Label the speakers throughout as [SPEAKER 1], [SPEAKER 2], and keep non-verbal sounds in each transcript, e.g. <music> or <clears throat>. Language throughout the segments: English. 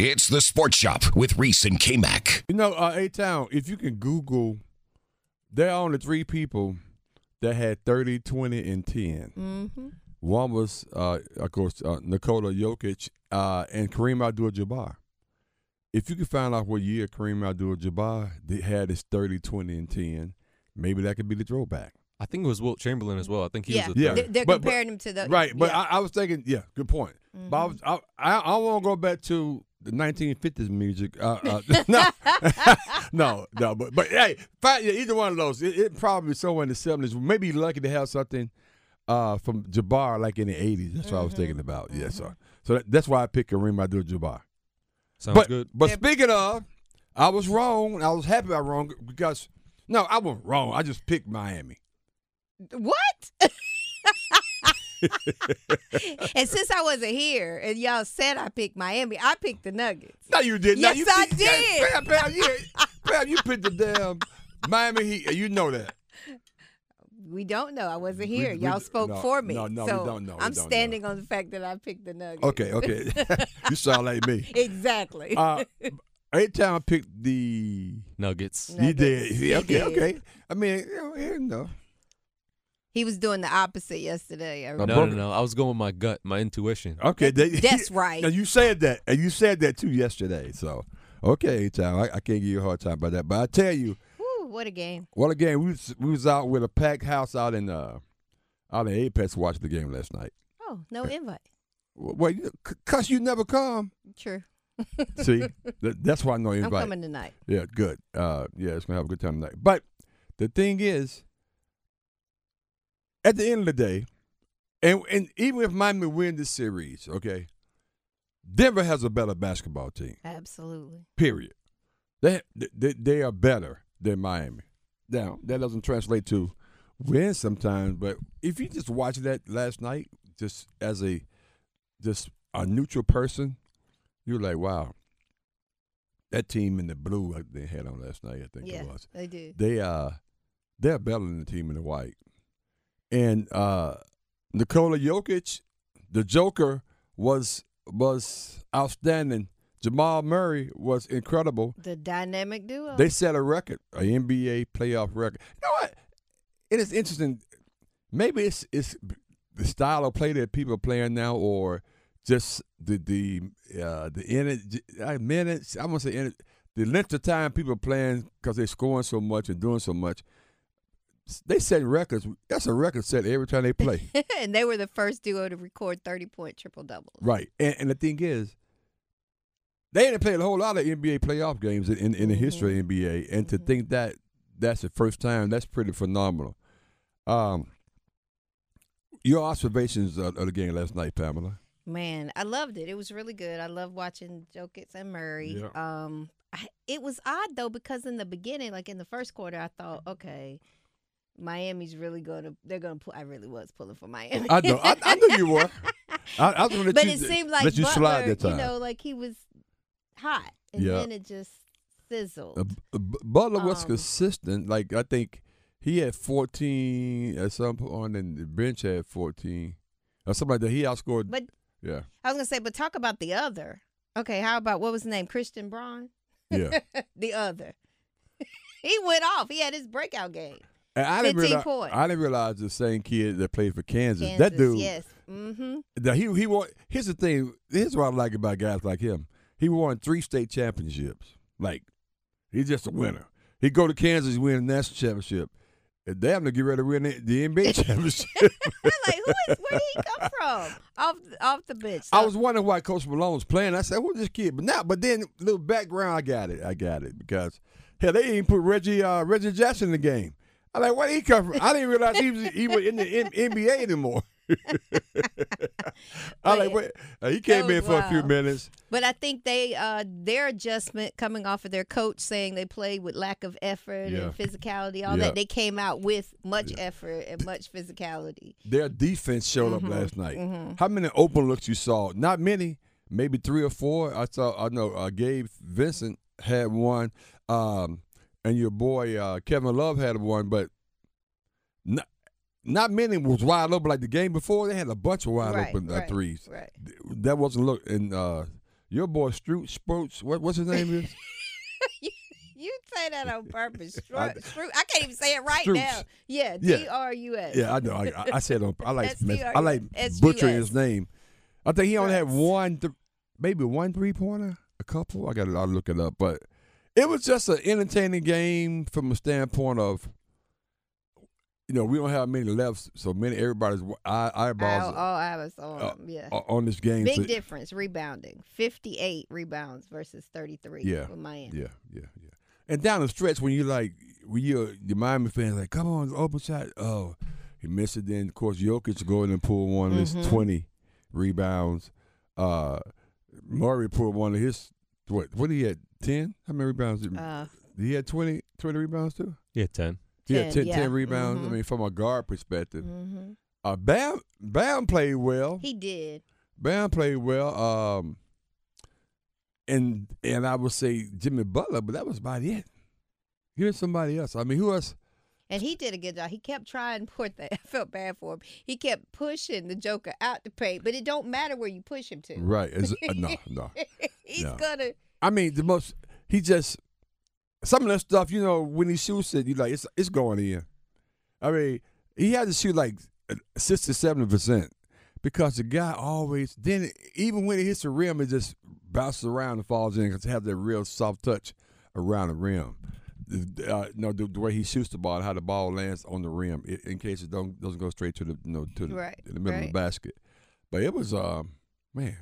[SPEAKER 1] It's the Sports Shop with Reese and K Mac.
[SPEAKER 2] You know, uh, A Town, if you can Google, they're only three people that had 30, 20, and 10.
[SPEAKER 3] Mm-hmm.
[SPEAKER 2] One was, uh, of course, uh, Nikola Jokic uh, and Kareem Abdul Jabbar. If you can find out what year Kareem Abdul Jabbar had his 30, 20, and 10, maybe that could be the throwback.
[SPEAKER 4] I think it was Wilt Chamberlain as well. I think he
[SPEAKER 3] Yeah,
[SPEAKER 4] was a
[SPEAKER 2] Yeah.
[SPEAKER 3] they're,
[SPEAKER 4] third.
[SPEAKER 3] they're
[SPEAKER 2] But- but-
[SPEAKER 3] comparing him to the
[SPEAKER 2] Right, but
[SPEAKER 3] Uh, yeah.
[SPEAKER 2] I, I was thinking, yeah, good point. But I, was,
[SPEAKER 3] Mm-hmm.
[SPEAKER 2] I, I, I want to go back to the 1950s music. Uh, uh,
[SPEAKER 3] <laughs>
[SPEAKER 2] <laughs> no, no, no, but but hey, find, yeah, either one of those. It, it probably somewhere in the 70s. Maybe lucky to have something uh, from Jabbar like in the 80s. That's what I was thinking
[SPEAKER 3] Mm-hmm.
[SPEAKER 2] about. Yeah, so so that, that's why I picked Kareem Abdul Jabbar.
[SPEAKER 4] Sounds
[SPEAKER 2] But
[SPEAKER 4] good.
[SPEAKER 2] but speaking of, I was wrong. I was happy I was wrong because no, I wasn't wrong. I just picked Miami.
[SPEAKER 3] Mm-hmm. what? <laughs> and since I wasn't here, and y'all said I picked Miami, I picked the Nuggets.
[SPEAKER 2] No, you did not.
[SPEAKER 3] Yes,
[SPEAKER 2] you,
[SPEAKER 3] I
[SPEAKER 2] you-
[SPEAKER 3] did.
[SPEAKER 2] Pam, Pam, yeah, Pam, you picked the damn Miami Heat. You know that.
[SPEAKER 3] We don't know. I wasn't here.
[SPEAKER 2] we-
[SPEAKER 3] y'all
[SPEAKER 2] we-
[SPEAKER 3] spoke
[SPEAKER 2] no,
[SPEAKER 3] for me.
[SPEAKER 2] no, no, we
[SPEAKER 3] so
[SPEAKER 2] don't know. We
[SPEAKER 3] I'm
[SPEAKER 2] don't know.
[SPEAKER 3] standing on the fact that I picked the Nuggets.
[SPEAKER 2] Okay, okay. <laughs> you sound like me.
[SPEAKER 3] Exactly.
[SPEAKER 2] Uh, every time I picked the.
[SPEAKER 4] Nuggets.
[SPEAKER 3] No.
[SPEAKER 2] You did.
[SPEAKER 3] Nuggets.
[SPEAKER 2] Yeah,
[SPEAKER 3] You <laughs>
[SPEAKER 2] okay,
[SPEAKER 3] did.
[SPEAKER 2] okay. I mean, you know, you know.
[SPEAKER 3] he was doing the opposite yesterday. I
[SPEAKER 4] No,
[SPEAKER 2] <laughs>
[SPEAKER 3] remember.
[SPEAKER 4] no, no. I was going with my gut, my intuition.
[SPEAKER 2] Okay, they,
[SPEAKER 3] That's right.
[SPEAKER 2] Now you said that, and you said that too yesterday. So, okay, every time I, I can't give you a hard time about that, but I tell you,
[SPEAKER 3] Whew, what a game.
[SPEAKER 2] well, again, we was, we was out with a packed house out in uh out in Apex watching the game last night.
[SPEAKER 3] Oh, no invite.
[SPEAKER 2] Well, you, c- cause you never come.
[SPEAKER 3] True.
[SPEAKER 2] See, Th- that's why I know
[SPEAKER 3] I'm
[SPEAKER 2] invite.
[SPEAKER 3] coming tonight.
[SPEAKER 2] Yeah, good. Uh, yeah, it's gonna have a good time tonight. But the thing is, at the end of the day, and and even if Miami win the series, okay, Denver has a better basketball team.
[SPEAKER 3] Absolutely.
[SPEAKER 2] Period. They they, they are better than Miami. Now that doesn't translate to win sometimes, but if you just watch that last night, just as a just a neutral person, you're like, wow, that team in the blue uh, they had on last night, I think
[SPEAKER 3] Yeah,
[SPEAKER 2] it was.
[SPEAKER 3] they do.
[SPEAKER 2] They uh they're better than the team in the white, and uh Nikola Jokic, the Joker was was outstanding. Jamal Murray was incredible.
[SPEAKER 3] The dynamic duo.
[SPEAKER 2] They set a record, a NBA playoff record. You know what? It is interesting. Maybe it's it's the style of play that people are playing now, or just the the uh, the energy uh, minutes. I want to say ener- the length of time people are playing because they're scoring so much and doing so much. They set records. That's a record set every time they play.
[SPEAKER 3] <laughs> and they were the first duo to record 30 point triple doubles.
[SPEAKER 2] Right. And, and the thing is, they didn't play a whole lot of NBA playoff games in, in, in the
[SPEAKER 3] Mm-hmm.
[SPEAKER 2] history of NBA. And to think that that's the first time, that's pretty phenomenal. Um, your observations of, of the game last night, Pamela.
[SPEAKER 3] Man, I loved it. It was really good. I love watching Jokic and Murray.
[SPEAKER 2] Yeah.
[SPEAKER 3] Um, I, it was odd though because in the beginning, like in the first quarter, I thought, okay, Miami's really gonna they're gonna pull. I really was pulling for Miami.
[SPEAKER 2] I know, I, I knew you
[SPEAKER 3] <laughs>
[SPEAKER 2] were. I, I was gonna let
[SPEAKER 3] but
[SPEAKER 2] you,
[SPEAKER 3] it seemed like
[SPEAKER 2] let you
[SPEAKER 3] Butler,
[SPEAKER 2] slide that time.
[SPEAKER 3] you know, like he was hot, and
[SPEAKER 2] Yeah.
[SPEAKER 3] then it just sizzled.
[SPEAKER 2] Uh, B- B- Butler was
[SPEAKER 3] Um,
[SPEAKER 2] consistent. Like I think he had 14 at some point, and the bench had 14 or something like that. He outscored.
[SPEAKER 3] But
[SPEAKER 2] yeah,
[SPEAKER 3] I was gonna say, but talk about the other. Okay, how about what was his name? Christian Braun,
[SPEAKER 2] yeah.
[SPEAKER 3] the other. <laughs> he went off. He had his breakout game.
[SPEAKER 2] And I didn't
[SPEAKER 3] 15
[SPEAKER 2] realize,
[SPEAKER 3] points.
[SPEAKER 2] I didn't realize the same kid that played for Kansas.
[SPEAKER 3] Kansas,
[SPEAKER 2] that dude,
[SPEAKER 3] yes, mm-hmm.
[SPEAKER 2] that he he won. Here's the thing. Here's what I like about guys like him. He won three state championships. Like he's just a winner. He go to Kansas, he win a national championship. And damn, to get ready to win the, the NBA <laughs> championship.
[SPEAKER 3] I'm like, who is where did he come
[SPEAKER 2] <laughs>
[SPEAKER 3] from? Off off the bench.
[SPEAKER 2] I
[SPEAKER 3] So-
[SPEAKER 2] was wondering why Coach Malone's playing. I said, "Who's this kid?" But now, but then, little background. I got it. I got it because hell, they didn't put Reggie uh, <laughs> Reggie Jackson in the game. I'm like, where did he come from? I didn't realize he was he was in the M- NBA anymore. I
[SPEAKER 3] But
[SPEAKER 2] like
[SPEAKER 3] it-
[SPEAKER 2] wait. uh, he came
[SPEAKER 3] was
[SPEAKER 2] in for a few
[SPEAKER 3] wild.
[SPEAKER 2] minutes.
[SPEAKER 3] But I think they uh, their adjustment coming off of their coach saying they played with lack of effort
[SPEAKER 2] Yeah.
[SPEAKER 3] and physicality, all
[SPEAKER 2] Yeah.
[SPEAKER 3] that. They came out with much effort and much physicality.
[SPEAKER 2] Their defense showed
[SPEAKER 3] Mm-hmm.
[SPEAKER 2] up last night. How many open looks you saw? Not many. Maybe three or four. I saw. I know. Uh, Gabe Vincent had one, um, and your boy uh, Kevin Love had one, but not not many was wide open like the game before. They had a bunch of wide
[SPEAKER 3] right,
[SPEAKER 2] open uh,
[SPEAKER 3] right,
[SPEAKER 2] threes.
[SPEAKER 3] Right.
[SPEAKER 2] That wasn't look. And uh, your boy Stroot Sproats. What what's his name is?
[SPEAKER 3] You say that on purpose. Stru-
[SPEAKER 2] <laughs> I-
[SPEAKER 3] I, I can't even say it right
[SPEAKER 2] Strus.
[SPEAKER 3] now. Yeah,
[SPEAKER 2] Yeah.
[SPEAKER 3] D R U S.
[SPEAKER 2] Yeah, I know. I, I- I said on, I like mess- I
[SPEAKER 3] SVR,
[SPEAKER 2] like
[SPEAKER 3] SVS.
[SPEAKER 2] butchering his name. I think he only had
[SPEAKER 3] Right.
[SPEAKER 2] one, th- maybe one three pointer, a couple. I got to look it up, but it was just an entertaining game from a standpoint of, you know, we don't have many left, so many everybody's wa- eye,
[SPEAKER 3] All, <laughs>
[SPEAKER 2] eyeballs
[SPEAKER 3] all oh, I was on.
[SPEAKER 2] Uh,
[SPEAKER 3] him, yeah.
[SPEAKER 2] are on this game.
[SPEAKER 3] oh. Big
[SPEAKER 2] so-
[SPEAKER 3] difference rebounding. 58 rebounds versus 33
[SPEAKER 2] Yeah,
[SPEAKER 3] with Miami.
[SPEAKER 2] Yeah, yeah, yeah. And down the stretch, when you like, when you're your Miami fans, like, come on, open shot. Oh, he missed it. Then of course, Jokic go in and pull one of his
[SPEAKER 3] Mhm.
[SPEAKER 2] twenty rebounds. Uh, Murray pulled one of his what? What he had ten? How many rebounds? Did,
[SPEAKER 3] Uh,
[SPEAKER 2] he had 20, 20 rebounds too.
[SPEAKER 4] Yeah, ten.
[SPEAKER 2] He had 10,
[SPEAKER 3] 10,
[SPEAKER 2] 10
[SPEAKER 3] yeah.
[SPEAKER 2] rebounds.
[SPEAKER 3] Mhm.
[SPEAKER 2] I mean, from a guard perspective,
[SPEAKER 3] mhm.
[SPEAKER 2] uh, Bam Bam played well.
[SPEAKER 3] He did.
[SPEAKER 2] Bam played well. Um, and and I would say Jimmy Butler, but that was about it. Here's somebody else. I mean, who else?
[SPEAKER 3] And he did a good job. He kept trying to put that. <laughs> I felt bad for him. He kept pushing the Joker out the paint, but it don't matter where you push him to.
[SPEAKER 2] Right? Is, uh, no, no.
[SPEAKER 3] <laughs> He's
[SPEAKER 2] No.
[SPEAKER 3] gonna.
[SPEAKER 2] I mean, the most. He just some of that stuff. You know, when he shoots it, you like it's it's going in. I mean, he had to shoot like sixty seven percent because the guy always then even when it hits the rim, it just bounces around and falls in because it has that real soft touch around the rim. Uh, no, the, the way he shoots the ball, and how the ball lands on the rim, i in case it don't doesn't go straight to the you know, to the,
[SPEAKER 3] Right,
[SPEAKER 2] the middle of the
[SPEAKER 3] right.
[SPEAKER 2] basket. But it was um man,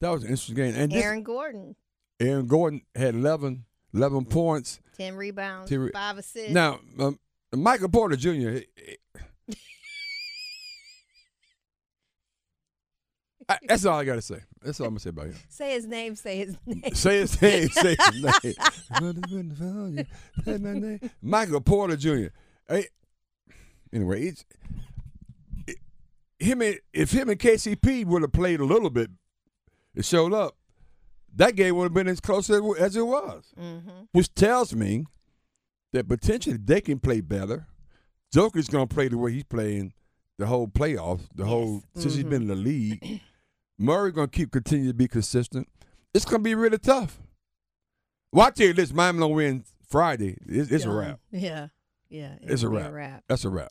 [SPEAKER 2] that was an interesting game. And this,
[SPEAKER 3] Aaron Gordon,
[SPEAKER 2] Aaron Gordon had 11, 11 points.
[SPEAKER 3] ten rebounds,
[SPEAKER 2] Terry-
[SPEAKER 3] five assists.
[SPEAKER 2] Now, um, Michael Porter Jr. eh, eh, <laughs> I- that's all I got to say. That's all I'm going to say about him.
[SPEAKER 3] say his name. Say his <laughs> name.
[SPEAKER 2] Say his name. Say his name. Motherfucking phone, yeah. Say my name. <laughs> Michael Porter Jr. Hey, anyway, it's, it- him and, if him and KCP would have played a little bit, it showed up. That game would have been as close as, it- as it was,
[SPEAKER 3] Mm-hmm.
[SPEAKER 2] which tells me that potentially they can play better. Joker's gonna play the way he's playing the whole playoffs, the
[SPEAKER 3] Yes.
[SPEAKER 2] whole since he's
[SPEAKER 3] Mhm.
[SPEAKER 2] been in the league. <clears throat> Murray gonna keep continue to be consistent. It's gonna be really tough. Well, I tell you this, Miami gonna win Friday. It's, it's a wrap.
[SPEAKER 3] Yeah, yeah.
[SPEAKER 2] It's a
[SPEAKER 3] it'll be
[SPEAKER 2] wrap. That's a wrap.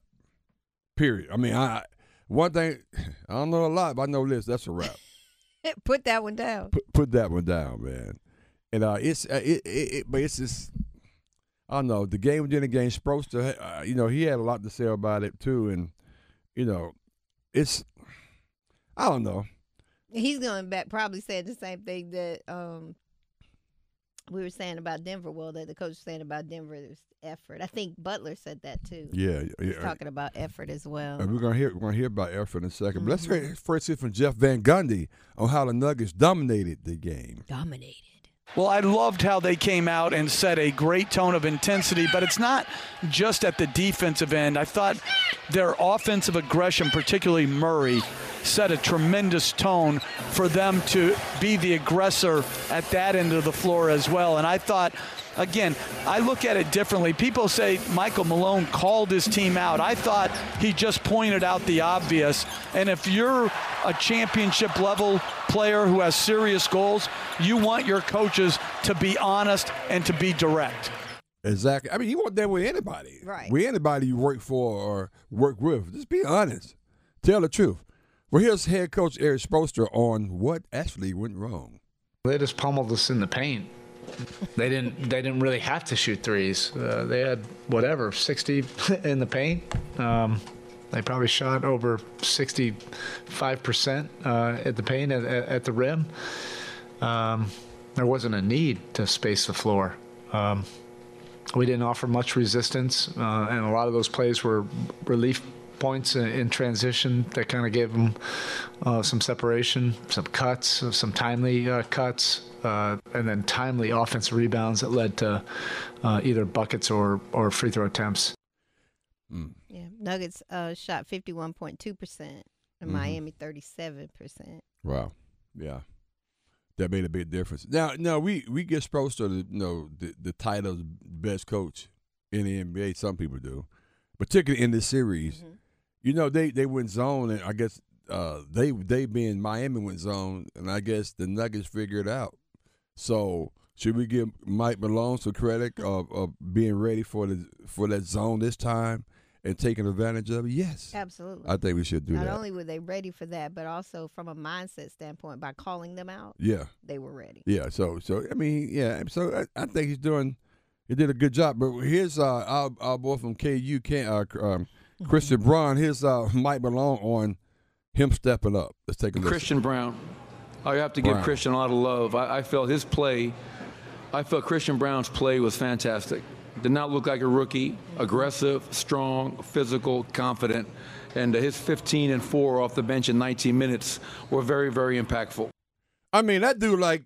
[SPEAKER 2] Period. I mean, I one thing <sighs> I don't know a lot, but I know this. That's a wrap.
[SPEAKER 3] <laughs> Put that one down.
[SPEAKER 2] put, put that one down, man. And uh, it's uh, it, it, it, but it's just I don't know the game within the game. Sproster, uh, you know, he had a lot to say about it too, and you know, it's I don't know.
[SPEAKER 3] He's going back, probably said the same thing that um, we were saying about Denver. Well, that the coach was saying about Denver's effort. I think Butler said that too.
[SPEAKER 2] Yeah,
[SPEAKER 3] He's talking about effort as well.
[SPEAKER 2] And we're gonna hear we're gonna hear about effort in a 2nd But let's
[SPEAKER 3] Mm-hmm.
[SPEAKER 2] hear first hear from Jeff Van Gundy on how the Nuggets dominated the game.
[SPEAKER 3] Dominated.
[SPEAKER 5] Well, I loved how they came out and set a great tone of intensity, but it's not just at the defensive end. I thought their offensive aggression, particularly Murray, set a tremendous tone for them to be the aggressor at that end of the floor as well. And I thought, again, I look at it differently. People say Michael Malone called his team out. I thought he just pointed out the obvious. And if you're a championship level player who has serious goals, you want your coaches to be honest and to be direct.
[SPEAKER 2] Exactly. I mean, you weren't there with anybody.
[SPEAKER 3] Right.
[SPEAKER 2] With anybody you work for or work with. Just be honest. Tell the truth. Well, here's head coach Eric Spoelstra on what actually went wrong.
[SPEAKER 6] They just pummeled us in the paint. They didn't. They didn't really have to shoot threes. Uh, they had whatever 60 <laughs> in the paint. Um, they probably shot over 65 percent uh, at the paint at, at, at the rim. Um, there wasn't a need to space the floor. Um, we didn't offer much resistance, uh, and a lot of those plays were relief points in, in transition that kind of gave them uh, some separation, some cuts, some timely uh, cuts, uh, and then timely offensive rebounds that led to uh, either buckets or, or free throw attempts.
[SPEAKER 3] Yeah, Nuggets uh, shot fifty one point two percent, and
[SPEAKER 2] Mhm.
[SPEAKER 3] Miami thirty seven percent.
[SPEAKER 2] Wow. Yeah. That made a big difference. Now, now we we get supposed to you know the, the title of best coach in the NBA. Some people do, particularly in this series.
[SPEAKER 3] Mm-hmm.
[SPEAKER 2] You know they they went zone, and I guess uh, they they being Miami went zone, and I guess the Nuggets figured it out. So should we give Mike Malone
[SPEAKER 3] <laughs>
[SPEAKER 2] some credit of, of being ready for the for that zone this time and taking advantage of it? Yes,
[SPEAKER 3] Absolutely.
[SPEAKER 2] I think we should do
[SPEAKER 3] Not
[SPEAKER 2] that.
[SPEAKER 3] only were they ready for that, but also from a mindset standpoint, by calling them out,
[SPEAKER 2] yeah.
[SPEAKER 3] they were ready.
[SPEAKER 2] Yeah, so so I mean, yeah, so I, I think he's doing he did a good job. But here's uh our, our boy from KU, can uh, um, Christian
[SPEAKER 3] Mm-hmm.
[SPEAKER 2] Braun. Here's uh Mike Malone on him stepping up. Let's take a listen.
[SPEAKER 7] Christian Brown. I have to give
[SPEAKER 2] Brown.
[SPEAKER 7] Christian a lot of love. I, I felt his play, I felt Christian Brown's play was fantastic. Did not look like a rookie. Aggressive, strong, physical, confident. And his 15 and 4 off the bench in 19 minutes were very, very impactful.
[SPEAKER 2] I mean, that dude like,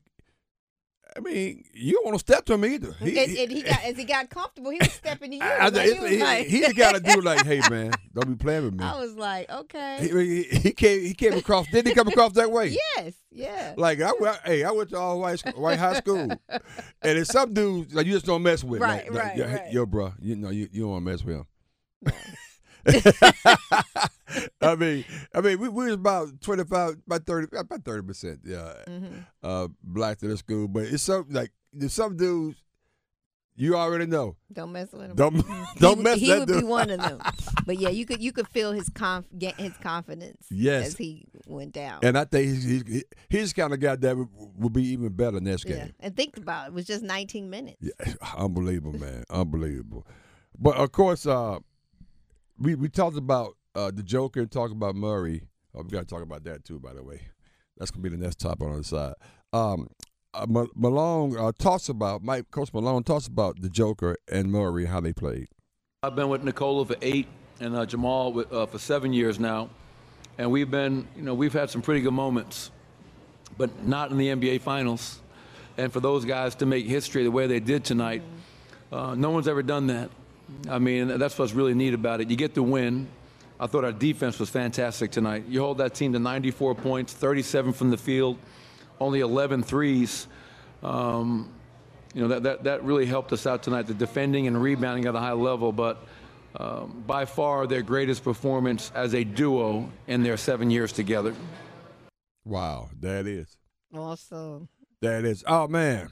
[SPEAKER 2] I mean, you don't want to step to him either. He,
[SPEAKER 3] and, and he got, as he got comfortable, he was stepping to you.
[SPEAKER 2] <laughs> I- I-
[SPEAKER 3] Like, he was
[SPEAKER 2] he-
[SPEAKER 3] like- Oh,
[SPEAKER 2] he's got to do like, hey man, don't be playing with
[SPEAKER 3] <laughs>
[SPEAKER 2] me.
[SPEAKER 3] I was like, okay,
[SPEAKER 2] He, he, he came he came across. Did he come across that way?
[SPEAKER 3] yes, yeah.
[SPEAKER 2] Like I, went- hey, I went to all white sc- white high school, and it's some dudes like you just don't mess with.
[SPEAKER 3] Right,
[SPEAKER 2] like, like,
[SPEAKER 3] right,
[SPEAKER 2] yo,
[SPEAKER 3] right.
[SPEAKER 2] Yo, bro, you know you, you don't want to mess with him. <laughs> I mean, I mean, we, we was about twenty five, about thirty, about thirty percent, yeah,
[SPEAKER 3] Mm-hmm.
[SPEAKER 2] uh, black to the school. But it's some like there's some dudes you already know.
[SPEAKER 3] Don't mess with him.
[SPEAKER 2] Don't
[SPEAKER 3] Mm-hmm.
[SPEAKER 2] <laughs>
[SPEAKER 3] He
[SPEAKER 2] don't
[SPEAKER 3] would-
[SPEAKER 2] mess
[SPEAKER 3] He
[SPEAKER 2] that
[SPEAKER 3] would
[SPEAKER 2] dude.
[SPEAKER 3] be one of
[SPEAKER 2] <laughs>
[SPEAKER 3] them. But yeah, you could you could feel his conf get his confidence.
[SPEAKER 2] Yes.
[SPEAKER 3] as he went down.
[SPEAKER 2] And I think he's he's, he's kind of guy that would, would be even better next game.
[SPEAKER 3] yeah, and think about it, it was just 19 minutes.
[SPEAKER 2] Yeah, unbelievable, man, unbelievable. But of course, uh, we we talked about uh, the Joker and talked about Murray. Oh, we got to talk about that too, by the way. That's gonna be the next topic on the side. Um, uh, Ma- Malone uh, talks about Mike Coach Malone talks about the Joker and Murray how they played.
[SPEAKER 7] I've been with Nicola for eight and uh, Jamal with, uh, for seven years now. And we've been, you know, we've had some pretty good moments, but not in the NBA Finals. And for those guys to make history the way they did tonight, uh, no one's ever done that. I mean, that's what's really neat about it. You get the win. I thought our defense was fantastic tonight. You hold that team to 94 points, 37 from the field, only 11 threes. Um, you know, that, that, that really helped us out tonight, the defending and rebounding at a high level. But um, by far, their greatest performance as a duo in their seven years together.
[SPEAKER 2] Wow, that is
[SPEAKER 3] Also,
[SPEAKER 2] that is. Oh man,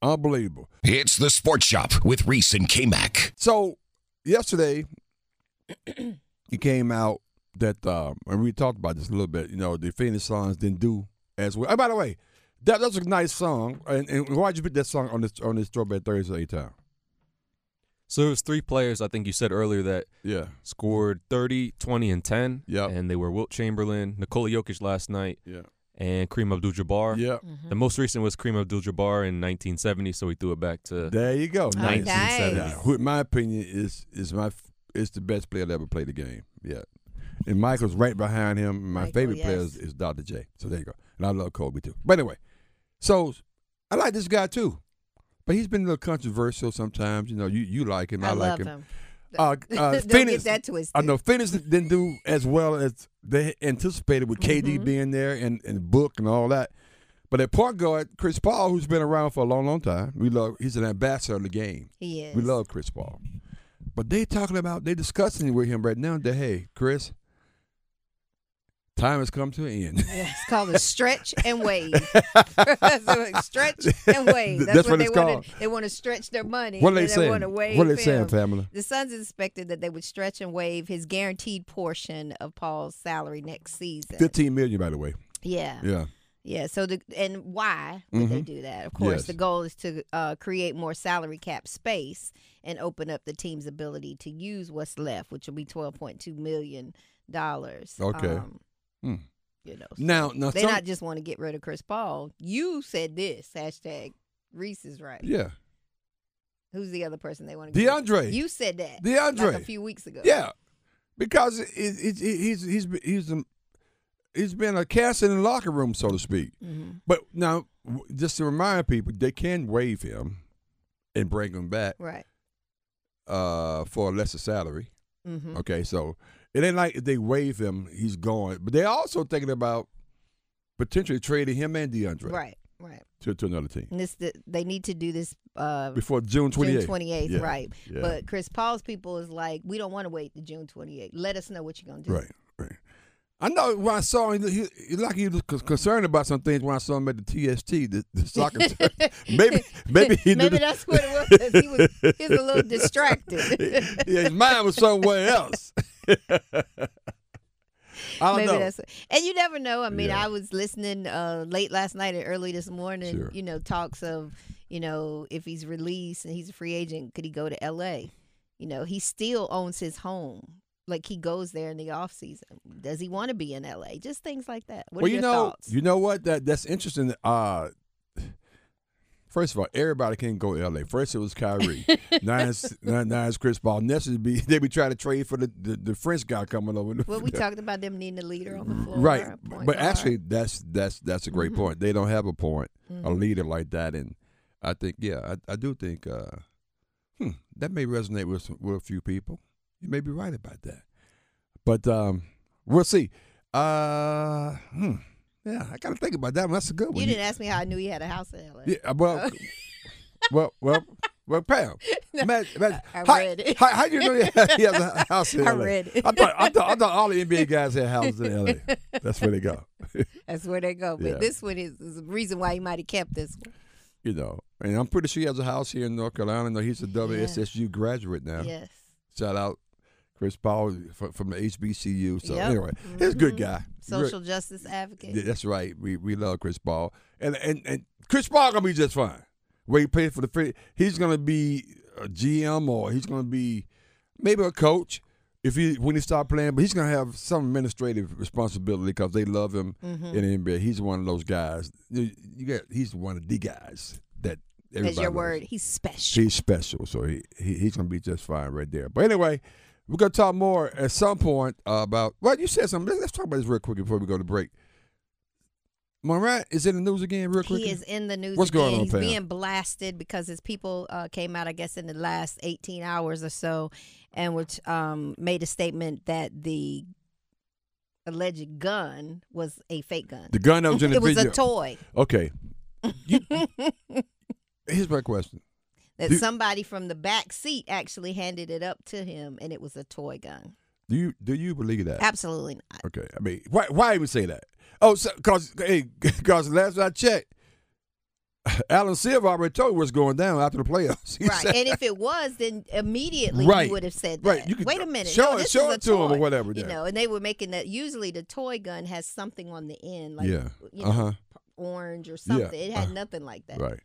[SPEAKER 2] unbelievable.
[SPEAKER 1] It's the Sports Shop with Reese and K Mac.
[SPEAKER 2] So yesterday, <clears throat> it came out that, um, and we talked about this a little bit. You know, the Phoenix Suns didn't do as well. And by the way, that that's a nice song. And, and why'd you put that song on this on this Strawberry Thursday time?
[SPEAKER 4] So it was three players, I think you said earlier, that
[SPEAKER 2] Yeah,
[SPEAKER 4] scored 30, 20, and 10.
[SPEAKER 2] Yep.
[SPEAKER 4] And they were Wilt Chamberlain, Nikola Jokic last night,
[SPEAKER 2] yeah,
[SPEAKER 4] and Kareem Abdul Jabbar.
[SPEAKER 2] yeah.
[SPEAKER 3] Mm-hmm.
[SPEAKER 4] The most recent was Kareem Abdul Jabbar in 1970, so we threw it back to.
[SPEAKER 2] There you go. Nice.
[SPEAKER 3] nice.
[SPEAKER 2] Yeah, who, in my opinion, is is my f- is the best player that ever played the game. Yeah. And Michael's right behind him. My
[SPEAKER 3] Michael,
[SPEAKER 2] favorite player is,
[SPEAKER 3] yes.
[SPEAKER 2] is Dr. J. So there you go. And I love Kobe too. But anyway, so I like this guy too. But he's been a little controversial sometimes. You know, you, you like him. I,
[SPEAKER 3] I,
[SPEAKER 2] like
[SPEAKER 3] love
[SPEAKER 2] him.
[SPEAKER 3] him. <laughs>
[SPEAKER 2] Uh, uh,
[SPEAKER 3] Don't
[SPEAKER 2] Phoenix-
[SPEAKER 3] get that twisted.
[SPEAKER 2] I know Phoenix didn't do as well as they anticipated with KD
[SPEAKER 3] Mm-hmm.
[SPEAKER 2] being there and, and Book and all that. But at point guard, Chris Paul, who's been around for a long, long time, we love. He's an ambassador of the game.
[SPEAKER 3] He is.
[SPEAKER 2] We love Chris Paul. But they talking about they discussing with him right now that hey, Chris, time has come to an end. <laughs>
[SPEAKER 3] Yeah, it's called a stretch and wave. <laughs> So, stretch and wave. That's,
[SPEAKER 2] That's what
[SPEAKER 3] they
[SPEAKER 2] it's
[SPEAKER 3] wanted.
[SPEAKER 2] called.
[SPEAKER 3] They want to stretch their money.
[SPEAKER 2] What are they
[SPEAKER 3] and they
[SPEAKER 2] saying?
[SPEAKER 3] want to wave
[SPEAKER 2] What are they
[SPEAKER 3] him.
[SPEAKER 2] saying, Pamela?
[SPEAKER 3] The Suns expected that they would stretch and waive his guaranteed portion of Paul's salary next season.
[SPEAKER 2] Fifteen million, by the way.
[SPEAKER 3] Yeah.
[SPEAKER 2] Yeah.
[SPEAKER 3] Yeah. So the and why would they do that? Of course,
[SPEAKER 2] Mm-hmm. Yes.
[SPEAKER 3] the goal is to uh, create more salary cap space and open up the team's ability to use what's left, which will be twelve point two million dollars. um,
[SPEAKER 2] Okay. Hmm.
[SPEAKER 3] You know, so
[SPEAKER 2] Now, now
[SPEAKER 3] they
[SPEAKER 2] some-
[SPEAKER 3] not just want to get rid of Chris Paul. You said this hashtag Reese is right.
[SPEAKER 2] yeah,
[SPEAKER 3] Who's the other person they want to? Get rid of?
[SPEAKER 2] DeAndre.
[SPEAKER 3] You said that like
[SPEAKER 2] DeAndre.
[SPEAKER 3] a few weeks ago.
[SPEAKER 2] yeah. because it, it, it, he's he's he's a, he's been a cast in the locker room, so to speak.
[SPEAKER 3] Mm-hmm,
[SPEAKER 2] But now, w- just to remind people, they can waive him and bring him back
[SPEAKER 3] Right.
[SPEAKER 2] uh, for a lesser salary.
[SPEAKER 3] mm-hmm,
[SPEAKER 2] Okay, so it ain't like if they waive him, he's gone. But they're also thinking about potentially trading him and DeAndre
[SPEAKER 3] Right. Right.
[SPEAKER 2] to, to another team
[SPEAKER 3] And this the, they need to do this uh,
[SPEAKER 2] before June twenty eighth.
[SPEAKER 3] June 28th, right.
[SPEAKER 2] yeah.
[SPEAKER 3] But Chris Paul's people is like, we don't want to wait to June 28th. Let us know what you're going to do.
[SPEAKER 2] Right, right. I know when I saw him, he, he, like he was con- concerned about some things when I saw him at the TST, the,
[SPEAKER 3] <laughs>
[SPEAKER 2] the soccer. tour. maybe, maybe he
[SPEAKER 3] Maybe
[SPEAKER 2] <laughs> did.
[SPEAKER 3] that's what it was. He was, he was a little distracted.
[SPEAKER 2] yeah, his mind was somewhere else. <laughs> I don't
[SPEAKER 3] Maybe
[SPEAKER 2] know.
[SPEAKER 3] that's and you never know. I mean,
[SPEAKER 2] Yeah.
[SPEAKER 3] I was listening uh, late last night and early this morning.
[SPEAKER 2] Sure.
[SPEAKER 3] You know, talks of you know if he's released and he's a free agent, could he go to L.A.? You know, he still owns his home. Like he goes there in the off season. Does he want to be in L.A.? Just things like that. What
[SPEAKER 2] well,
[SPEAKER 3] are your
[SPEAKER 2] you know,
[SPEAKER 3] thoughts?
[SPEAKER 2] you know what? That that's interesting. Uh, first of all, everybody can go to L.A. First, it was
[SPEAKER 3] <laughs>
[SPEAKER 2] Kyrie. now, it's, now, now it's Chris Paul. Next, it'd be <laughs> they be trying to trade for the, the, the French guy coming over.
[SPEAKER 3] well,
[SPEAKER 2] <laughs>
[SPEAKER 3] we talked about them needing a leader on the floor,
[SPEAKER 2] right
[SPEAKER 3] or a
[SPEAKER 2] b-
[SPEAKER 3] point guard.
[SPEAKER 2] but
[SPEAKER 3] Mm-hmm.
[SPEAKER 2] actually that's that's that's a great point they don't have a point a leader like that and i think yeah i, I do think uh hmm, that may resonate with some- with a few people you may be right about that but um we'll see uh hmm, yeah i gotta think about that one that's a good one
[SPEAKER 3] you didn't ask me how I knew he had a house in L.A.
[SPEAKER 2] yeah uh, well <laughs> well well
[SPEAKER 3] <laughs>
[SPEAKER 2] well, Pam, imagine, imagine,
[SPEAKER 3] I
[SPEAKER 2] how,
[SPEAKER 3] read it.
[SPEAKER 2] How, how you know he has
[SPEAKER 3] <laughs>
[SPEAKER 2] a house in
[SPEAKER 3] I
[SPEAKER 2] LA?
[SPEAKER 3] read it.
[SPEAKER 2] I thought, I thought, I thought all
[SPEAKER 3] <laughs>
[SPEAKER 2] the NBA guys had houses in LA. That's where they go. <laughs>
[SPEAKER 3] That's where they go. But
[SPEAKER 2] Yeah.
[SPEAKER 3] this one is, is the reason why he might have kept this one.
[SPEAKER 2] you know. And I'm pretty sure he has a house here in North Carolina. No, he's a WSSU graduate now.
[SPEAKER 3] Yes.
[SPEAKER 2] Shout out Chris Paul from, from the HBCU. So
[SPEAKER 3] Yep. Mm-hmm.
[SPEAKER 2] anyway, he's a good guy.
[SPEAKER 3] Social justice advocate.
[SPEAKER 2] Yeah, that's right. We we love Chris Paul, and and and Chris Paul gonna be just fine. Where he played for the Philly- he's gonna be a GM or he's gonna be maybe a coach if he when he start playing, but he's gonna have some administrative responsibility because they love him
[SPEAKER 3] Mm-hmm.
[SPEAKER 2] in the NBA. He's one of those guys. You, you got he's one of the guys that everybody.
[SPEAKER 3] As your
[SPEAKER 2] loves.
[SPEAKER 3] word, he's special.
[SPEAKER 2] He's special, so he, he he's gonna be just fine right there. But anyway, we're gonna talk more at some point uh, about. Well, you said something. Let's, let's talk about this real quick before we go to break. Morat is in the news again, real quick.
[SPEAKER 3] He is in the news.
[SPEAKER 2] What's going
[SPEAKER 3] again.
[SPEAKER 2] on,
[SPEAKER 3] He's
[SPEAKER 2] Pam?
[SPEAKER 3] being blasted because his people uh, came out, I guess, in the last 18 hours or so, and which um, made a statement that the alleged gun was a fake gun.
[SPEAKER 2] the gun that was in
[SPEAKER 3] <laughs>
[SPEAKER 2] the
[SPEAKER 3] it was
[SPEAKER 2] video.
[SPEAKER 3] a toy
[SPEAKER 2] okay.
[SPEAKER 3] <laughs>
[SPEAKER 2] You- here's my question.
[SPEAKER 3] that
[SPEAKER 2] Do-
[SPEAKER 3] somebody from the back seat actually handed it up to him, and it was a toy gun.
[SPEAKER 2] Do you do you believe that?
[SPEAKER 3] Absolutely
[SPEAKER 2] <laughs>
[SPEAKER 3] not.
[SPEAKER 2] Okay, I mean, why why even say that? Oh, so, cause hey, <laughs> cause last I checked, Alan Silver already told you what's going down after the playoffs. <laughs> He
[SPEAKER 3] Right,
[SPEAKER 2] said-
[SPEAKER 3] and if it was, then immediately
[SPEAKER 2] Right.
[SPEAKER 3] you would have said that.
[SPEAKER 2] Right. You could
[SPEAKER 3] Wait a minute,
[SPEAKER 2] show
[SPEAKER 3] no,
[SPEAKER 2] it-
[SPEAKER 3] this
[SPEAKER 2] show
[SPEAKER 3] is a
[SPEAKER 2] it to 'em or
[SPEAKER 3] toy.
[SPEAKER 2] whatever
[SPEAKER 3] You
[SPEAKER 2] then.
[SPEAKER 3] know, and they were making that. Usually, the toy gun has something on the end, like
[SPEAKER 2] yeah.
[SPEAKER 3] you know,
[SPEAKER 2] Uh huh.
[SPEAKER 3] orange or something. It had nothing like that.
[SPEAKER 2] Right.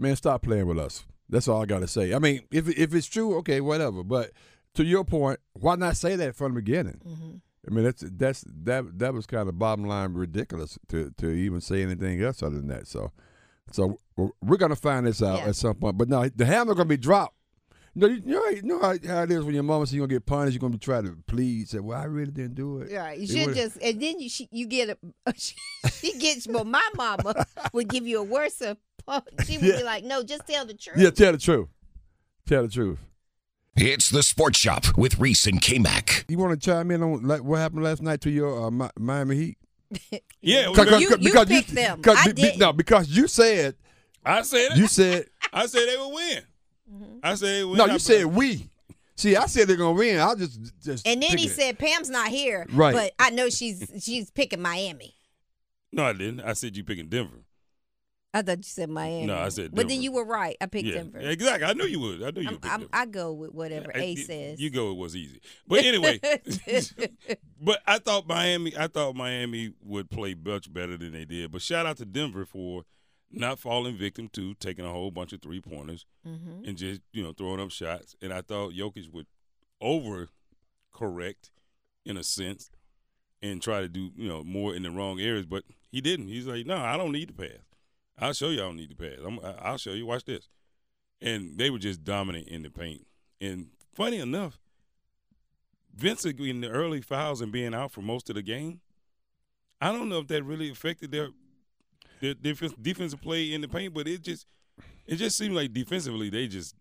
[SPEAKER 2] Man, stop playing with us. That's all I gotta say. I mean, if if it's true, okay, whatever. But to your point, why not say that from the beginning?
[SPEAKER 3] Mm-hmm.
[SPEAKER 2] I mean, that's that's that that was kind of bottom line ridiculous to to even say anything else other than that. So, so we're- we're gonna find this out
[SPEAKER 3] Yeah.
[SPEAKER 2] at some point. But no, the hammer gonna be dropped. No, you you know, you know how, how it is when your mama says you're gonna get punished. You're gonna be trying to plead, say, "Well, I really didn't do it."
[SPEAKER 3] Right. You
[SPEAKER 2] It
[SPEAKER 3] should
[SPEAKER 2] would've-
[SPEAKER 3] just, and then you she, you get a, <laughs> she, gets, well, my
[SPEAKER 2] <laughs>
[SPEAKER 3] mama would give you a worse of, <laughs> she would
[SPEAKER 2] Yeah.
[SPEAKER 3] be like, no, just tell the truth.
[SPEAKER 2] Yeah, tell the truth. Tell the truth.
[SPEAKER 1] It's the Sports Shop with Reese and K Mac.
[SPEAKER 2] You want to chime in on like, what happened last night to your uh, Mi- Miami Heat?
[SPEAKER 4] Yeah,
[SPEAKER 3] you- picked them.
[SPEAKER 2] because
[SPEAKER 3] I
[SPEAKER 2] be- be-
[SPEAKER 3] didn't.
[SPEAKER 2] no, because you said
[SPEAKER 4] I said
[SPEAKER 2] you said
[SPEAKER 4] I said they would win.
[SPEAKER 3] Mm-hmm.
[SPEAKER 4] I said they would
[SPEAKER 2] no. You said we. See, I said they're gonna win. I just just.
[SPEAKER 3] And then he
[SPEAKER 2] pick it.
[SPEAKER 3] said, Pam's not here,
[SPEAKER 2] Right.
[SPEAKER 3] but I know she's she's picking Miami.
[SPEAKER 4] no. I didn't. I said you picking Denver.
[SPEAKER 3] I thought you said Miami.
[SPEAKER 4] No, I said
[SPEAKER 3] But then
[SPEAKER 4] Denver.
[SPEAKER 3] you were right. I picked Denver.
[SPEAKER 4] exactly. I knew you would. I knew
[SPEAKER 3] I'm, I'm, I go with whatever
[SPEAKER 4] I-
[SPEAKER 3] A
[SPEAKER 4] y-
[SPEAKER 3] says.
[SPEAKER 4] You go. It was easy,
[SPEAKER 3] <laughs>
[SPEAKER 4] but anyway. <laughs> but I thought Miami. I thought Miami would play much better than they did. But shout out to Denver for not falling victim to taking a whole bunch of three pointers and just you know throwing up shots. And I thought Jokic would over correct in a sense and try to do you know more in the wrong areas, but he didn't. He's like, no, I don't need to pass. I'll show you I don't need to pass. I'm, I- I'll show you. Watch this. And they were just dominant in the paint. And funny enough, Vincent in the early fouls and being out for most of the game, I don't know if that really affected their their defense, defensive play in the paint, but it just it just seemed like defensively they just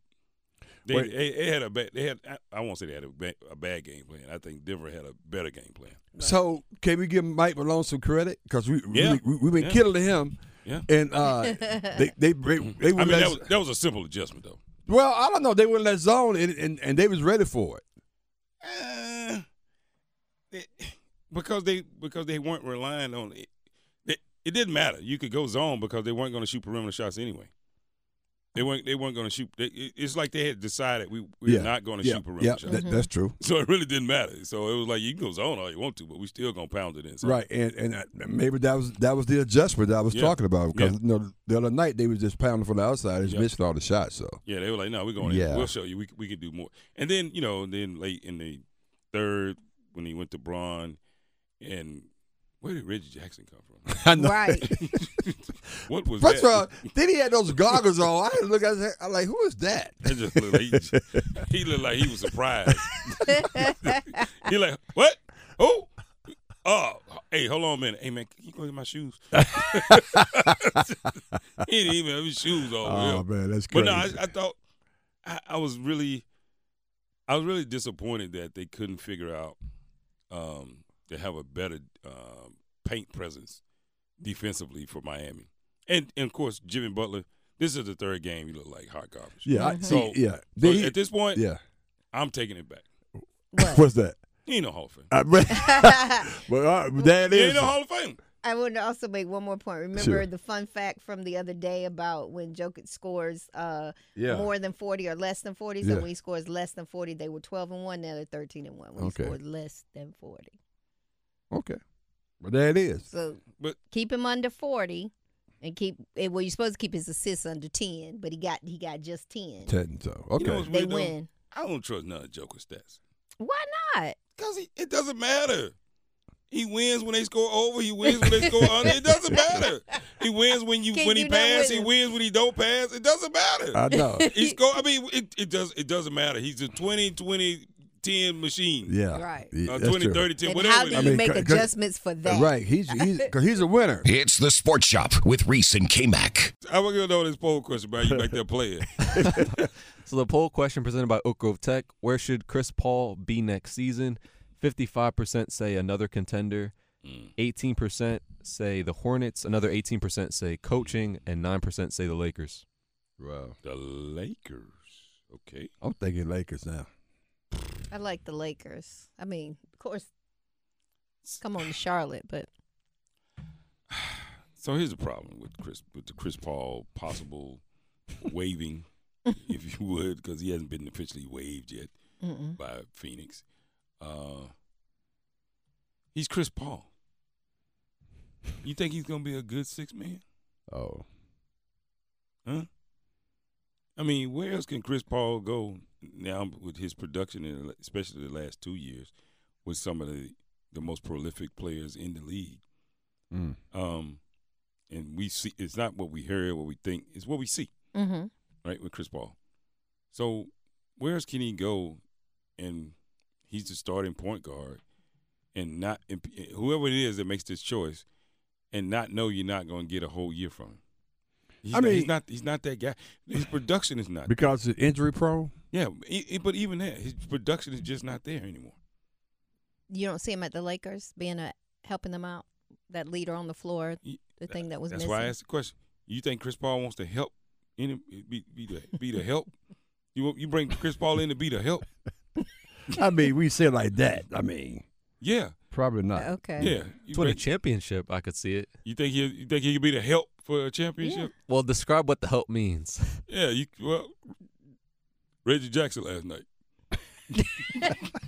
[SPEAKER 4] they,
[SPEAKER 2] Wait.
[SPEAKER 4] they, they had a bad they had I, I won't say they had a bad, a bad game plan. I think Denver had a better game plan.
[SPEAKER 2] So can we give Mike Malone some credit because we
[SPEAKER 4] Yeah.
[SPEAKER 2] really, we we've been
[SPEAKER 4] Yeah.
[SPEAKER 2] killing him.
[SPEAKER 4] Yeah.
[SPEAKER 2] And uh, they they they, they
[SPEAKER 4] I
[SPEAKER 2] wouldn't
[SPEAKER 4] mean
[SPEAKER 2] let
[SPEAKER 4] that
[SPEAKER 2] us-
[SPEAKER 4] was, that was a simple adjustment though.
[SPEAKER 2] well I don't know they wouldn't let zone and, and and they was ready for it.
[SPEAKER 4] Uh, they- because they because they weren't relying on it. It, it didn't matter. You could go zone because they weren't going to shoot perimeter shots anyway. They weren't. They weren't going to shoot. They, it- it's like they had decided we we're not going to
[SPEAKER 2] yeah.
[SPEAKER 4] shoot perimeter
[SPEAKER 2] Yeah,
[SPEAKER 4] shots. <laughs>
[SPEAKER 2] that- that's true.
[SPEAKER 4] so it really didn't matter. So it was like you can go zone all you want to, but we still gonna pound it in. So
[SPEAKER 2] Right, and and uh, maybe that was that was the adjustment that I was
[SPEAKER 4] Yeah.
[SPEAKER 2] talking about because
[SPEAKER 4] Yeah.
[SPEAKER 2] you know the other night they was just pounding from the outside, just missing all the shots. So
[SPEAKER 4] Yeah, they were like, no, we're going.
[SPEAKER 2] Yeah.
[SPEAKER 4] In. We'll show you. We c- we can do more. And then you know, and then late in the third, when he went to Braun, and where did Reggie Jackson come from?
[SPEAKER 2] <laughs> I know.
[SPEAKER 3] Right.
[SPEAKER 4] <laughs> What
[SPEAKER 2] <laughs>
[SPEAKER 4] was
[SPEAKER 2] First
[SPEAKER 4] that?
[SPEAKER 2] of all, then he had those goggles on. I had to look at that. I'm like, who is
[SPEAKER 4] <laughs>
[SPEAKER 2] that?
[SPEAKER 4] <laughs> That just oh, looked like he, he looked like he was surprised. he like what? Oh, oh. Hey, hold on a minute. Hey man, can you go get my shoes? <laughs> he didn't even have his shoes on. yeah.
[SPEAKER 2] <laughs> Oh man, that's
[SPEAKER 4] But
[SPEAKER 2] crazy.
[SPEAKER 4] no, I, I thought I, I was really, I was really disappointed that they couldn't figure out um, to have a better um paint presence defensively for Miami. And, and of course, Jimmy Butler. This is the third game. You look like hot garbage.
[SPEAKER 2] yeah,
[SPEAKER 3] Mm-hmm.
[SPEAKER 2] I,
[SPEAKER 4] So-
[SPEAKER 2] see, yeah.
[SPEAKER 4] So
[SPEAKER 2] Then he-
[SPEAKER 4] at this point,
[SPEAKER 2] yeah,
[SPEAKER 4] I'm taking it back.
[SPEAKER 3] What?
[SPEAKER 2] <laughs> what's that?
[SPEAKER 4] He ain't no Hall of Fame.
[SPEAKER 2] I mean, well, all right, that
[SPEAKER 4] He ain't
[SPEAKER 2] is.
[SPEAKER 4] no Hall of Fame.
[SPEAKER 3] <laughs> I want to also make one more point. Remember
[SPEAKER 2] Sure.
[SPEAKER 3] the fun fact from the other day about when Jokic scores uh,
[SPEAKER 2] Yeah.
[SPEAKER 3] more than 40 or less than 40? So
[SPEAKER 2] Yeah.
[SPEAKER 3] when he scores less than 40, they were 12 and 1, now they're 13 and 1. When
[SPEAKER 2] Okay.
[SPEAKER 3] he scored less than 40.
[SPEAKER 2] Okay, but there it is.
[SPEAKER 3] So
[SPEAKER 4] But-
[SPEAKER 3] keep him under 40 and keep eh, well you're supposed to keep his assists under 10, but he got he got just 10.
[SPEAKER 2] Ten so okay.
[SPEAKER 4] You know what's
[SPEAKER 3] They
[SPEAKER 4] weird, though?
[SPEAKER 3] win.
[SPEAKER 4] I don't trust none of Joker's stats
[SPEAKER 3] Why not?
[SPEAKER 4] because it doesn't matter. He wins when they score over. He wins when
[SPEAKER 3] <laughs>
[SPEAKER 4] they score under.
[SPEAKER 2] <laughs>
[SPEAKER 4] It doesn't matter. He wins when you
[SPEAKER 3] Can't
[SPEAKER 4] when he
[SPEAKER 3] do nothing
[SPEAKER 4] passes.
[SPEAKER 3] with
[SPEAKER 4] He
[SPEAKER 3] him.
[SPEAKER 4] wins when he don't pass. It doesn't matter.
[SPEAKER 8] Uh,
[SPEAKER 2] I
[SPEAKER 3] <laughs>
[SPEAKER 2] know.
[SPEAKER 4] He score. I mean, it, it does. It doesn't matter. He's a 20, 20, 10 machine.
[SPEAKER 2] Yeah,
[SPEAKER 3] Right.
[SPEAKER 2] Yeah,
[SPEAKER 4] Uh,
[SPEAKER 2] that's
[SPEAKER 4] 20,
[SPEAKER 2] true.
[SPEAKER 4] 30, 10,
[SPEAKER 3] and
[SPEAKER 4] whatever.
[SPEAKER 3] how do
[SPEAKER 4] it is.
[SPEAKER 3] you
[SPEAKER 2] I mean,
[SPEAKER 3] make
[SPEAKER 2] c- c-
[SPEAKER 3] adjustments for that?
[SPEAKER 2] Right, he's he's because he's a winner.
[SPEAKER 1] It's the Sports Shop with Reese and K Mac.
[SPEAKER 4] I want to know this poll question about you back there playing.
[SPEAKER 8] <laughs> So the poll question presented by Oak Grove Tech: Where should Chris Paul be next season? Fifty-five percent say another contender.
[SPEAKER 4] Hmm.
[SPEAKER 8] Eighteen percent say the Hornets. Another eighteen percent say coaching, and nine percent say the Lakers.
[SPEAKER 2] Wow,
[SPEAKER 4] The Lakers. Okay.
[SPEAKER 2] I'm thinking Lakers now.
[SPEAKER 3] I like the Lakers. I mean, of course come on to Charlotte, but
[SPEAKER 4] So here's the problem with Chris with the Chris Paul
[SPEAKER 2] <laughs>
[SPEAKER 4] possible waiving, if you would, because he hasn't been officially waived yet
[SPEAKER 3] mm-mm.
[SPEAKER 4] by Phoenix. Uh, he's Chris Paul. You think he's gonna be a good six man?
[SPEAKER 2] Oh,
[SPEAKER 4] Huh? I mean, where else can Chris Paul go now with his production, in the- especially the last two years, with some of the, the most prolific players in the league?
[SPEAKER 2] Mm.
[SPEAKER 4] Um, and we see it's not what we hear, what we think, it's what we see,
[SPEAKER 2] Mm-hmm.
[SPEAKER 3] Mhm.
[SPEAKER 4] right? With Chris Paul, so where else can he go? And he's the starting point guard, and not and whoever it is that makes this choice, and not know you're not going to get a whole year from him. He's
[SPEAKER 2] I
[SPEAKER 4] not-
[SPEAKER 2] mean-
[SPEAKER 4] he's not he's not that guy. His production is not.
[SPEAKER 2] because it's injury prone.
[SPEAKER 4] Yeah, e- e- but even that, his production is just not there anymore.
[SPEAKER 3] You don't see him at the Lakers being a helping them out, that leader on the floor, the thing that was
[SPEAKER 4] That's
[SPEAKER 3] missing.
[SPEAKER 4] why I asked the question. You think Chris Paul wants to help? Any, be, be the be the help? You want- you bring Chris Paul in to be the help?
[SPEAKER 2] I mean, we say it like that. I mean,
[SPEAKER 4] Yeah,
[SPEAKER 2] probably not.
[SPEAKER 3] okay.
[SPEAKER 4] yeah. You,
[SPEAKER 8] To win a
[SPEAKER 4] bring,
[SPEAKER 8] championship, I could see it.
[SPEAKER 4] you think he you think he could be the help for a championship?
[SPEAKER 8] Well, describe what the help
[SPEAKER 4] <laughs>
[SPEAKER 8] means.
[SPEAKER 4] Yeah. you well, Reggie Jackson last night.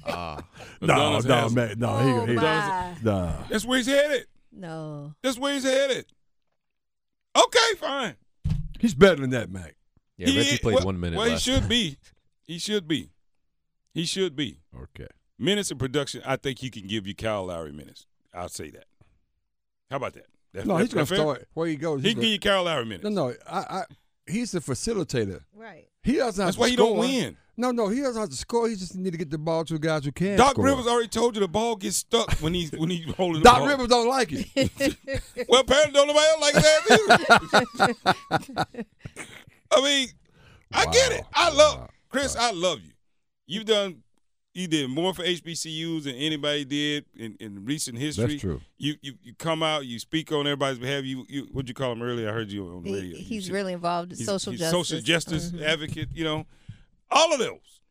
[SPEAKER 2] No,
[SPEAKER 4] Adonis
[SPEAKER 2] no,
[SPEAKER 4] Haslem.
[SPEAKER 2] man, no,
[SPEAKER 3] Oh
[SPEAKER 2] he, he,
[SPEAKER 3] my.
[SPEAKER 2] nah.
[SPEAKER 4] That's where he's headed.
[SPEAKER 3] No.
[SPEAKER 4] That's where he's headed. Okay, fine.
[SPEAKER 2] he's better than that, Mac.
[SPEAKER 8] Yeah,
[SPEAKER 4] He
[SPEAKER 8] Reggie
[SPEAKER 4] is-
[SPEAKER 8] played
[SPEAKER 4] well-
[SPEAKER 8] one minute
[SPEAKER 4] Well,
[SPEAKER 8] last
[SPEAKER 4] he should be. He should be. He should be.
[SPEAKER 2] Okay,
[SPEAKER 4] Minutes in production, I think he can give you Kyle Lowry minutes. I'll say that. How about that? That-
[SPEAKER 2] no,
[SPEAKER 4] that-
[SPEAKER 2] he's gonna
[SPEAKER 4] that fair?
[SPEAKER 2] start where he goes.
[SPEAKER 4] He
[SPEAKER 2] he's
[SPEAKER 4] can give you Kyle Lowry minutes.
[SPEAKER 2] gonna- no, no, I, I, he's the facilitator.
[SPEAKER 3] Right.
[SPEAKER 2] He doesn't. Have
[SPEAKER 4] That's
[SPEAKER 2] to
[SPEAKER 4] why he
[SPEAKER 2] score.
[SPEAKER 4] don't win.
[SPEAKER 2] No, no, he doesn't have to score. He just need to get the ball to guys who can.
[SPEAKER 4] Doc
[SPEAKER 2] score.
[SPEAKER 4] Rivers already told you the ball gets stuck when he's
[SPEAKER 2] <laughs>
[SPEAKER 4] when he's holding the
[SPEAKER 2] Doc
[SPEAKER 4] ball.
[SPEAKER 2] Rivers don't like it.
[SPEAKER 4] Well, apparently don't nobody else like that either.
[SPEAKER 2] <laughs>
[SPEAKER 4] I mean, I get it.
[SPEAKER 2] Wow.
[SPEAKER 4] I love Chris. I love you. You've done. You did more for HBCUs than anybody did in, in recent history.
[SPEAKER 2] true.
[SPEAKER 4] You, you you come out. You speak on everybody's behalf. You, you what'd you call him earlier? I heard you on the
[SPEAKER 3] He-
[SPEAKER 4] radio. You
[SPEAKER 3] he's
[SPEAKER 4] said-
[SPEAKER 3] really involved in
[SPEAKER 4] he's-
[SPEAKER 3] social
[SPEAKER 4] he's
[SPEAKER 3] justice.
[SPEAKER 4] social justice
[SPEAKER 3] Mhm.
[SPEAKER 4] advocate. You know, all of those.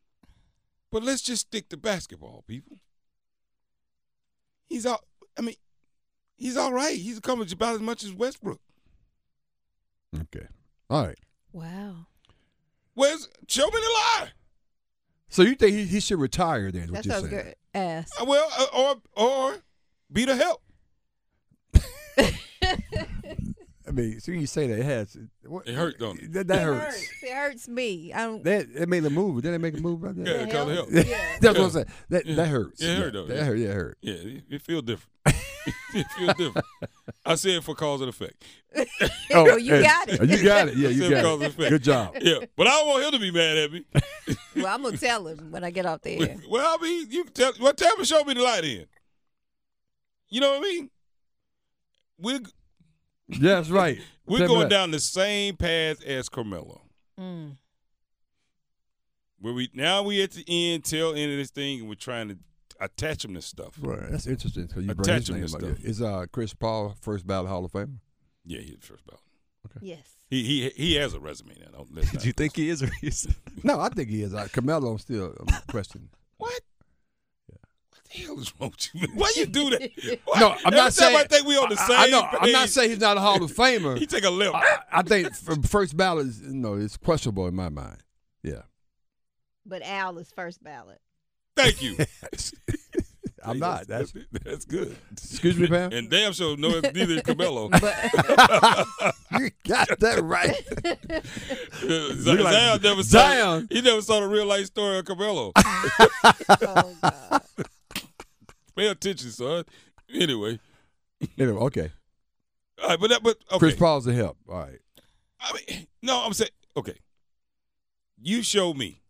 [SPEAKER 4] But let's just stick to basketball, people. He's all. I mean, he's all right. He's coming about as much as Westbrook.
[SPEAKER 2] Okay. All right.
[SPEAKER 3] Wow.
[SPEAKER 4] Where's show me the lie?
[SPEAKER 2] So you think he, he should retire then? is
[SPEAKER 3] That
[SPEAKER 2] What you're
[SPEAKER 3] sounds
[SPEAKER 2] saying?
[SPEAKER 3] good. Ass. <laughs>
[SPEAKER 4] Uh, Well, uh, or or be the help.
[SPEAKER 2] I mean, so you say that it has. What,
[SPEAKER 4] It hurt, don't it?
[SPEAKER 2] That, that
[SPEAKER 3] It
[SPEAKER 2] hurts.
[SPEAKER 3] It hurts me. I don't.
[SPEAKER 2] That it made a move. Did they make a move about that?
[SPEAKER 4] Yeah, call the
[SPEAKER 2] <laughs>
[SPEAKER 4] help.
[SPEAKER 2] That's what I'm saying. That
[SPEAKER 4] Yeah.
[SPEAKER 2] that hurts.
[SPEAKER 4] Yeah, it hurt, though.
[SPEAKER 2] That hurt. Yeah, it hurt.
[SPEAKER 4] Yeah, it, it feel different. it feel different. I said for cause and effect.
[SPEAKER 3] Oh, you got it.
[SPEAKER 2] <laughs>
[SPEAKER 3] <laughs>
[SPEAKER 2] You got it. Yeah,
[SPEAKER 4] I
[SPEAKER 2] you
[SPEAKER 4] said for cause
[SPEAKER 2] got
[SPEAKER 4] and
[SPEAKER 2] it.
[SPEAKER 4] effect.
[SPEAKER 2] Good
[SPEAKER 4] <laughs>
[SPEAKER 2] job.
[SPEAKER 4] Yeah, but I don't want him to be mad at me.
[SPEAKER 3] Well, I'm gonna tell him when I get off the air.
[SPEAKER 4] well, I mean, you can tell. Well, tell me, show me the light in. You know what I mean? We're
[SPEAKER 2] Yeah, that's right.
[SPEAKER 4] we're
[SPEAKER 2] Tell me
[SPEAKER 4] going
[SPEAKER 2] that.
[SPEAKER 4] down the same path as Carmelo.
[SPEAKER 3] Mm.
[SPEAKER 4] Where we now we at the end, tail end of this thing, and we're trying to attach him to stuff.
[SPEAKER 2] Right. That's interesting. Cause you bring his
[SPEAKER 4] Attaching
[SPEAKER 2] name
[SPEAKER 4] to
[SPEAKER 2] up.
[SPEAKER 4] stuff.
[SPEAKER 2] Is uh, Chris Paul first ballot Hall of Famer?
[SPEAKER 4] Yeah, he's the first ballot.
[SPEAKER 3] Yes.
[SPEAKER 4] He he he has a resume now. Don't, let's
[SPEAKER 8] <laughs> Did
[SPEAKER 4] not-
[SPEAKER 8] you think he is or he's
[SPEAKER 2] No, I think he is. Uh, Carmelo I'm <laughs> still um, questioning.
[SPEAKER 4] What? What the hell is wrong with you? <laughs> man? Why you do that? Why-
[SPEAKER 2] No, I'm
[SPEAKER 4] Every
[SPEAKER 2] not
[SPEAKER 4] time
[SPEAKER 2] saying.
[SPEAKER 4] I think we on the
[SPEAKER 2] I-
[SPEAKER 4] same.
[SPEAKER 2] I, know. I'm not
[SPEAKER 4] page,
[SPEAKER 2] saying he's not a
[SPEAKER 4] <laughs>
[SPEAKER 2] Hall of Famer.
[SPEAKER 4] He take a left.
[SPEAKER 2] I, I think f- first ballot is you know it's questionable in my
[SPEAKER 4] <laughs>
[SPEAKER 2] mind. Yeah,
[SPEAKER 3] <laughs> But Al is first ballot.
[SPEAKER 4] Thank you.
[SPEAKER 2] I'm not.
[SPEAKER 4] <laughs>
[SPEAKER 2] That's
[SPEAKER 4] that's good.
[SPEAKER 2] excuse me,
[SPEAKER 4] <laughs>
[SPEAKER 2] Pam. <laughs>
[SPEAKER 4] And damn sure no, it's Uh, neither is
[SPEAKER 3] <laughs>
[SPEAKER 4] Carmelo. <laughs>
[SPEAKER 2] you got that right.
[SPEAKER 4] Z-
[SPEAKER 2] Look like
[SPEAKER 4] Zion never saw.
[SPEAKER 2] Zion.
[SPEAKER 4] He never saw the real life story
[SPEAKER 2] <laughs>
[SPEAKER 4] of Carmelo.
[SPEAKER 3] Oh God.
[SPEAKER 4] Pay attention, son. Anyway,
[SPEAKER 2] anyway, okay.
[SPEAKER 4] all right, but that, but okay.
[SPEAKER 2] Chris Paul's the help. All right.
[SPEAKER 4] I mean, no, I'm saying okay. You show me.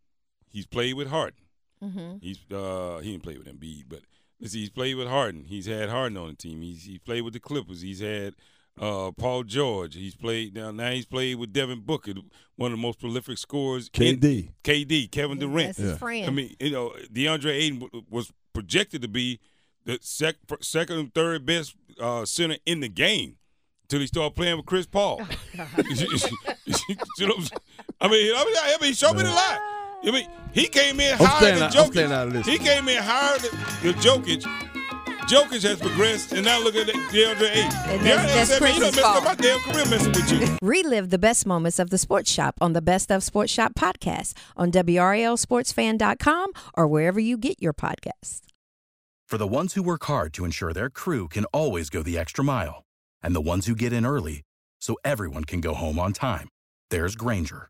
[SPEAKER 4] He's played with Harden.
[SPEAKER 3] Mm-hmm.
[SPEAKER 4] He's uh he didn't play with Embiid, but let's see, he's played with Harden. He's had Harden on the team. He's he played with the Clippers. He's had uh Paul George. He's played now now he's played with Devin Booker, one of the most prolific scorers. in-
[SPEAKER 2] KD.
[SPEAKER 4] KD, Kevin Durant.
[SPEAKER 3] That's his
[SPEAKER 2] Yeah.
[SPEAKER 3] friend.
[SPEAKER 4] I mean, you know, DeAndre Ayton w- was projected to be the sec- fir- second and third best uh, center in the game until he started playing with Chris Paul. <laughs> you know what I'm saying? I mean, I mean, I mean, show me the lie. I mean, he came in
[SPEAKER 2] I'm
[SPEAKER 4] higher
[SPEAKER 2] staying
[SPEAKER 4] than
[SPEAKER 2] out- I'm
[SPEAKER 4] Jokic.
[SPEAKER 2] staying out of this.
[SPEAKER 4] He came in higher than than Jokic. Jokic has progressed, and now look at DeAndre Ayton.
[SPEAKER 3] And
[SPEAKER 4] DeAndre
[SPEAKER 3] that's- that's
[SPEAKER 4] said, man, you done
[SPEAKER 3] Chris's
[SPEAKER 4] messed
[SPEAKER 3] fault.
[SPEAKER 4] up my damn career messing with you.
[SPEAKER 3] Relive the best moments of the Sports Shop on the Best of Sports Shop podcast on WRLSportsFan.com or wherever you get your podcasts.
[SPEAKER 9] For the ones who work hard to ensure their crew can always go the extra mile, and the ones who get in early so everyone can go home on time, there's Granger,